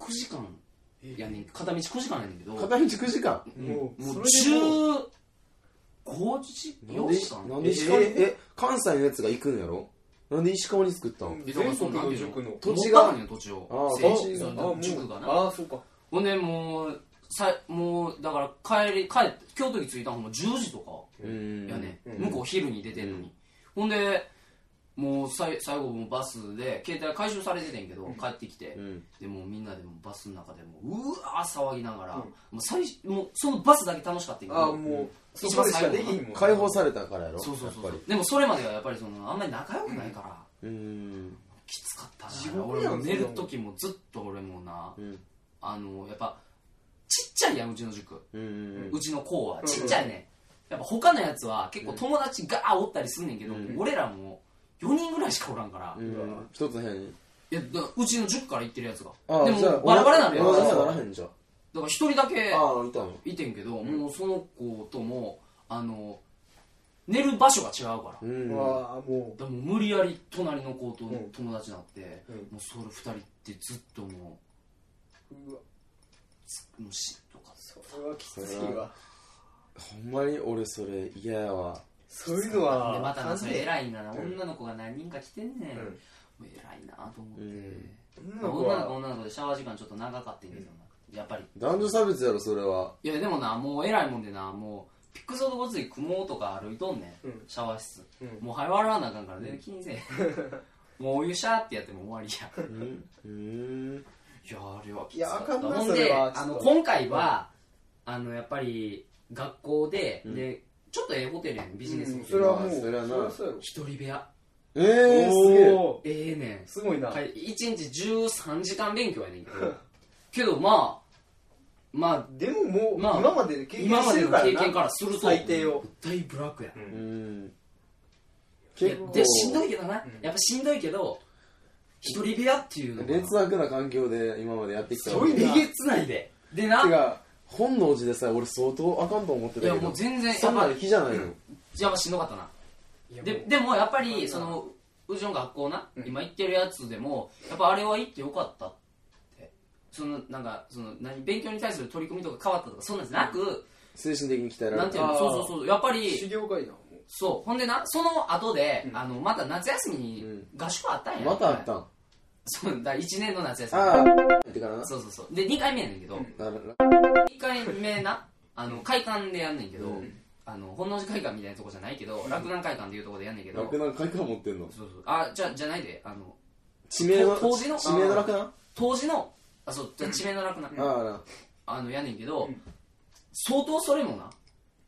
S2: 9時間やねん片道9時間やねんけど
S3: 片道9時間
S2: うん
S4: もう
S2: もう
S4: それでも
S2: 15時
S3: な
S2: 4
S3: んで
S2: 時間
S3: なんで石川にえ関西のやつが行くんやろなんで石川に作ったん
S2: えだから
S4: 全
S2: そ
S4: 国
S2: のなん
S4: の
S2: ていう
S4: 塾の
S3: 土
S2: 乗
S3: 地
S2: っ
S3: が
S2: たのよ土地
S3: ああ
S2: を聖地
S3: あ
S2: そ
S3: あ
S2: の塾がな
S4: ああそうか
S2: ほんでもうさもうだから帰り帰って京都に着いたのも10時とか
S3: うん
S2: やね、
S4: うん
S2: 向こう昼に出てんのに、ほんでもうさい最後もうバスで携帯回収されててんけど、帰ってきて、
S3: うん
S2: でもうみんなでもうバスの中でもううわー騒ぎながら、もう最もうそのバスだけ楽しかったんやけ
S4: あ
S2: ど
S4: あもうそ
S2: 一
S4: こで
S2: 番
S4: し
S2: 最
S4: か
S2: 後
S4: で
S2: の
S4: きひんもん
S3: 解放されたからやろ
S2: そうそうそう
S3: やっ
S2: そ
S3: ぱ
S2: うでもそれまではやっぱりそのあんまり仲良くないから、
S3: りうん
S2: きつかったな
S4: 地獄
S2: 俺
S4: やん
S2: も寝る
S4: そんなもん
S2: 時もずっと俺もな
S3: うん
S2: あのやっぱちっちゃいやんうちの塾、
S3: うんうん
S2: うちの校はちっちゃいね、やっぱ他のやつは結構友達がーおったりすんねんけど、
S3: うん
S2: 俺らも4人ぐらいしかおらんから、
S3: う
S2: い
S3: ん一つの部屋に
S2: やだうちの塾から行ってるやつが
S3: あ
S2: で
S3: じゃあ
S2: もバラバラなのよ
S3: 同
S2: だ
S3: じ
S2: か
S3: には
S2: ら
S3: ならへんじゃん
S2: 一人だけ
S3: ああいたの
S2: いてんけど、もうその子ともあの寝る場所が違うから、
S3: うん
S4: うわあも
S2: でもう無理やり隣の子と
S4: ん
S2: 友達になって、
S4: うん
S2: もうそれ2人ってずっとも
S4: ううわ
S2: う虫とかさ
S4: それはきついわ
S3: ほんまに俺それ嫌やわ
S4: そういうの
S2: で
S4: は
S2: またなそれ
S4: い
S2: 偉いな、
S4: ん
S2: 女の子が何人か来てんねん、
S4: うん
S2: もう偉いなと思って、
S3: うん
S4: 女
S2: まあ
S4: の子は
S2: 女の子女の子でシャワー時間ちょっと長かったんやけどな、やっぱり
S3: 男女差別やろそれはい
S2: やでもなもう偉いもんでなもうピクソードごつい雲とか歩いとんねん、
S4: うん
S2: シャワー室、
S4: うん
S2: もう早笑わなあかんから全然気にせえ、もうお湯シャーってやっても終わりや
S3: うんうん
S2: いやあれはき
S4: いやあかんな
S2: ほん
S4: それ
S2: で
S4: は
S2: あ
S4: ち
S2: の
S4: ょっと
S2: 今回は、あのやっぱり学校で,、
S3: うん
S2: でちょっとええホテルやんビジネスホテ
S4: そ
S2: ル、
S4: れはもう
S3: まあそれはな
S4: そりゃそうやろ
S2: 一人部屋
S3: えー、すげえ
S4: おー
S2: ええね
S4: すごい
S2: ん、
S4: な、
S2: はい、1日13時間勉強やねんけどけどまあま
S4: でももう、
S2: まあ
S4: 今までで
S2: あ
S4: 経験
S2: 今ま
S4: して
S2: で
S4: る
S2: の
S4: からな
S2: 経験からすると
S4: 最低を
S2: 大ブラックや
S3: うん
S2: いや
S3: 結構
S2: でしんどいけどな、
S4: うん
S2: やっぱしんどいけど一人部屋っていうのが
S3: 劣悪な環境で今までやってきたわけ
S4: すごい
S2: え
S4: な
S2: げつないででな
S3: てか本能寺でさえ俺相当あかんと思ってた
S2: い
S3: けど
S2: やもう全然
S3: そんなの
S2: やっぱ
S3: 日じゃないの
S2: やっぱしんどかったない
S4: や
S2: で
S4: もう
S2: でもやっぱ
S4: あん
S2: り
S4: な
S2: そのうちの学校な、
S4: うん
S2: 今行ってるやつでもやっぱあれは行ってよかったってそのなんかその何勉強に対する取り組みとか変わったとかそんなんじゃなく、
S3: 精神的に鍛えられ
S2: なんていうの
S4: あー
S2: そうそうそうやっぱ
S4: 修
S2: り
S4: 行会なも
S2: そうほんでなその後で、
S4: うん
S2: あのまた夏休みに
S3: うん
S2: 合宿あったんや、
S3: またあったんあ
S2: そうだ1年の夏休み
S3: あーってからな
S2: そうそうそうで2回目やねんけど、
S4: うん
S3: なる
S2: 一回目なあの会館でやんねんけど、
S3: うん
S2: あの本能寺会館みたいなとこじゃないけど洛南会館っていうとこでやんねんけど
S3: 楽な会館持ってんの
S2: そうそうあじゃじゃないであの
S3: 地名の
S2: 当時の
S3: 地名の楽な
S2: 当時のあそう地名の洛南、
S3: ああな
S2: あのやんねんけど、
S4: うん
S2: 相当それもな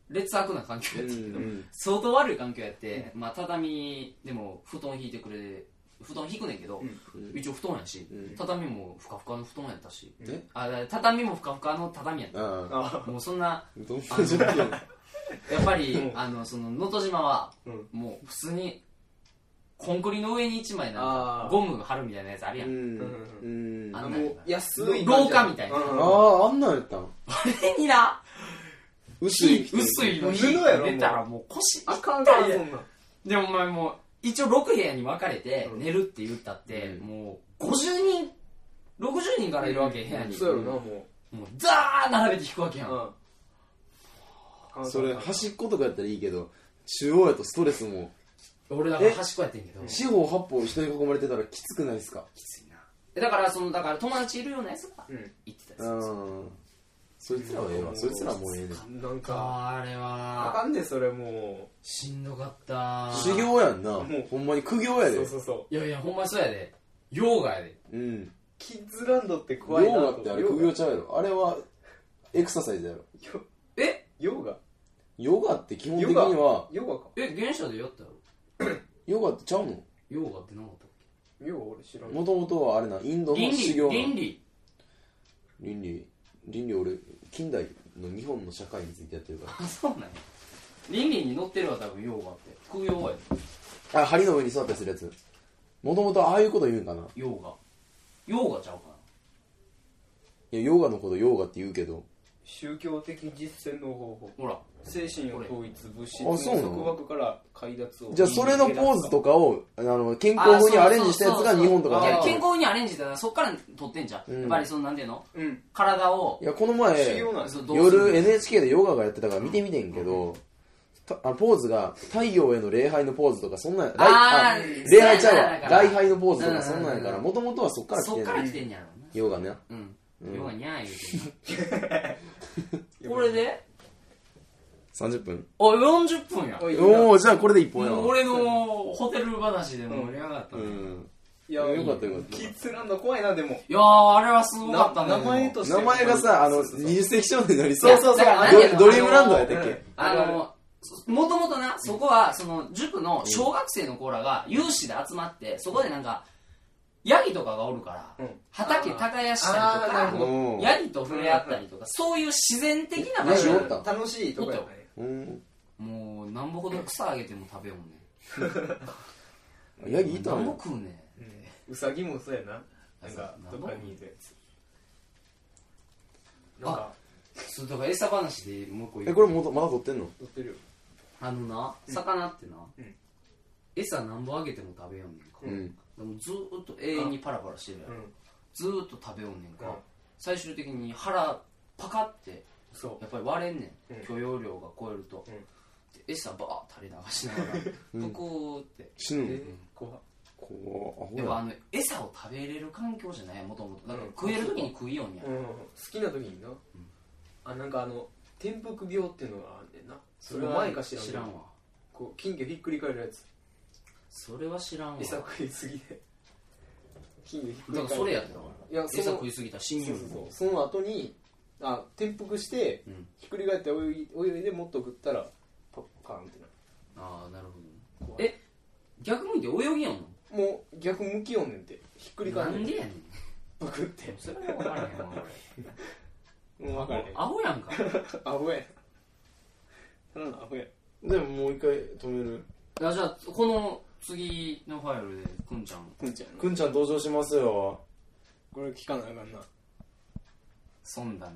S2: 劣悪な環境
S3: う
S2: やっ
S3: ん
S2: たけど、
S3: うん
S2: 相当悪い環境やって、まあ、畳でも布団引いてくれ布団引くねんけど、
S3: うん
S2: 一応布団やし、
S3: うん
S2: 畳もふかふかの布団やったし、
S3: え
S2: あ畳もふかふかの畳やっ
S3: ああ
S4: あ
S2: たもうそんな
S3: どんな状況
S2: やっぱり、
S4: うん
S2: あのその能登島は、
S4: うん
S2: もう普通にコンクリの上に1枚な
S4: あ
S2: んか
S4: ー
S2: ゴム貼るみたいなやつあるや、
S3: うんん
S4: う
S3: うん
S2: あ
S3: あ
S2: の
S4: あもう安い
S2: 廊下みたいな
S4: うん
S3: ああんなんやったん
S2: 手にな
S3: 薄い
S2: 火薄いの火
S4: 布やろ
S2: 出たらもう腰
S4: あかん
S2: 痛
S4: か
S2: い
S4: そ
S2: や
S4: んなん
S2: でもお前もう一応6部屋に分かれて
S4: うん
S2: 寝るって言ったって、
S3: うん
S2: もう50人60人からいるわけ部屋に、
S4: そうやろなも
S2: もうザー並べて引くわけやん、
S4: ううん
S3: それ端っことかやったらいいけど中央やとストレスも
S2: 俺だから端っこやってんけどき
S3: 四方八方人に囲まれてたらきつくないですか
S2: ついなえだからそのだから友達いるようなやつが
S4: うん
S2: 言ってたりす
S3: う
S2: るんですよ
S3: んそいつらはええわそいつらもうええねん
S4: なんか
S2: あれ
S4: あ
S2: は
S4: かんでそれも
S2: しんどかった
S3: 修行やんな
S4: もう
S3: ほんまに苦行や
S4: う
S3: で
S4: そうそうそう
S2: いやいやほんまそうやでヨガやで
S3: うん
S4: キッズランドって怖い
S3: ヨ
S4: な
S3: ガってあれ苦行
S4: ヨ
S3: ちゃうやろあれはエクササイズやろ
S2: え
S4: ヨガ
S3: ヨガって基本的には
S4: ヨガか
S2: え現象でやったよ
S3: ヨガってちゃうの
S2: ヨガってなかったっ
S4: ヨガ俺知らん
S3: もともとはあれなインド
S2: け倫
S3: の修
S2: 理
S3: 行
S2: 倫
S3: の
S2: 理
S3: 倫理倫理俺近代の日本の社会についてやってるか
S2: あそうなんや倫理に乗ってるわ多分ヨガって副業やで
S3: らあ針の上に座ったりするやつもともとああいうこと言うんかな
S2: ヨガヨガちゃうか
S3: いやヨガのことヨガって言うけど
S4: 宗教的実践の方法
S2: なほら
S4: 精神を統一物質
S3: あ
S4: の
S3: そうなの
S4: 束縛から解脱を
S3: じゃあそれのポーズとかをあの健康法にアレンジしたやつが日本とか
S2: い
S3: 入
S2: や
S3: って
S2: 健
S3: る
S2: 康にアレンジってなそっから取ってんじゃん、
S3: うん
S2: やっぱりそのなんていうの
S4: うん
S2: 体を
S3: いやこの
S4: 修
S3: 前
S4: 行なんです
S2: そのどうする
S3: 夜 NHK でヨガがやってたから見てみてんけど、たあポーズが太陽への礼拝のポーズとかそんなん礼
S2: あー
S3: 礼拝ちゃう
S2: そうやな
S3: わ礼拝のポーズとか
S2: うんうん
S3: そ
S2: うん
S3: んなんやからもともとはそっから来
S2: そ
S3: て
S2: っ
S3: ん
S2: か
S3: の
S2: ら来てんやろう
S3: ヨガね
S2: なうん、
S3: うん
S2: ヨガにゃー言うて
S3: [laughs]
S2: んなこれで
S3: 30分
S2: あ40分や
S4: おい
S3: おおじゃあこれで一本や
S2: もう
S3: わ
S2: 俺のホテル話でも盛り上がった
S3: う
S2: ね、
S3: ん
S4: い
S3: いや
S4: や
S3: よかったよかっ
S4: キッズランド怖いなでも
S2: いやー、あれはすごかったね。
S4: な名前と
S3: た
S4: して
S3: 名前がさあの
S4: そうそうそう
S3: 20世紀少年になり
S4: そうそうそう
S2: だから何やろ
S3: ドドリームランドやったっけ
S2: あの、もともとな、そこは、その、塾の小学生の子らが有志で集まって、そこでなんか、ヤギとかがおるから、
S4: うん
S2: 畑耕したりと
S4: あーなる
S2: か
S4: ほ、
S3: ど
S2: うんヤギと触れ合ったりとか、そういう自然的な場
S3: 何
S2: 所
S3: おった
S4: 楽しいとこやったね
S3: うん
S2: もう、なんぼほど草あげても食べようね。
S3: ヤギいた
S2: なんぼ
S3: の
S2: 食うね。
S4: うさぎもそうやななんか
S2: あそう
S4: どっかにいて
S2: あ
S4: なんか
S2: それだから餌話でもう一個言う
S3: えこれもとまだ撮ってんの
S4: 撮ってるよ
S2: あのな、魚ってな、
S4: うん
S2: 餌なんぼあげても食べようねんか。
S3: うん
S2: でもずーっと永遠にパラパラしてるやん、
S4: うん
S2: ずーっと食べようねん
S4: う
S2: か、
S4: ん
S2: 最終的に腹パカって
S4: そ
S2: やっぱり割れんねん、
S4: うん
S2: 許容量が超えると、
S4: うん
S2: で餌バーッ垂れ流しながらブクーって、
S3: 死
S4: う
S3: ぬの
S4: え怖っ
S3: こう
S2: や
S3: ア
S2: っぱあ
S3: ホや
S2: の餌を食べれる環境じゃないもともとだから食える時に食いようにや、
S4: うん好きな時になあなんかあの転覆病っていうのがあんねんなそれは前か知らんけ
S2: 知らん
S4: ど
S2: わ
S4: こう金魚ひっくり返るやつ
S2: それは知らんわ
S4: 餌食いすぎで筋肉
S2: だからそれやったわ
S4: いやその
S2: 餌食いすぎた
S4: そ
S2: 新
S4: う
S2: 入
S4: そう
S2: 部
S4: そうその後にあ転覆して、
S2: ん
S4: ひっくり返って泳い泳いでもっと食ったらパッカーンってな
S2: ああなるほど
S4: 怖い
S2: え逆向いて泳ぎよんの
S4: るもう逆向きよんねんてひっくり
S2: な
S4: 返って
S2: んでやねん
S4: パクって
S2: それは分からへんわ
S4: もう分か
S2: 俺
S4: らへん
S2: アホやんか
S4: アホやただのアホや
S3: でももう一回止める
S2: あじゃあこの次のファイルでくんちゃん
S4: くんちゃん
S3: くんちゃん登場しますよ
S4: これ聞かなあかんな
S2: 損だね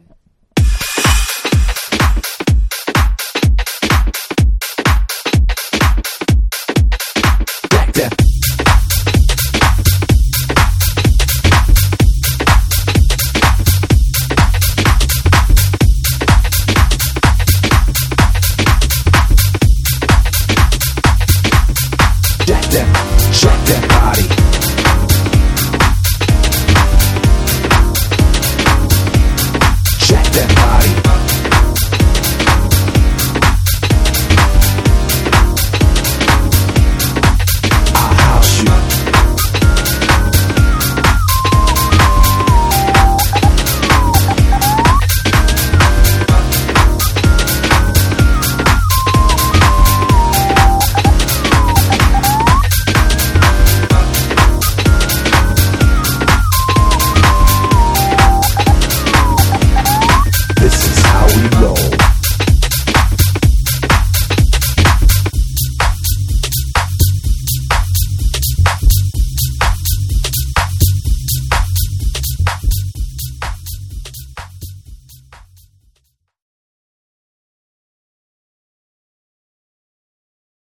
S5: Shut down. Shut down.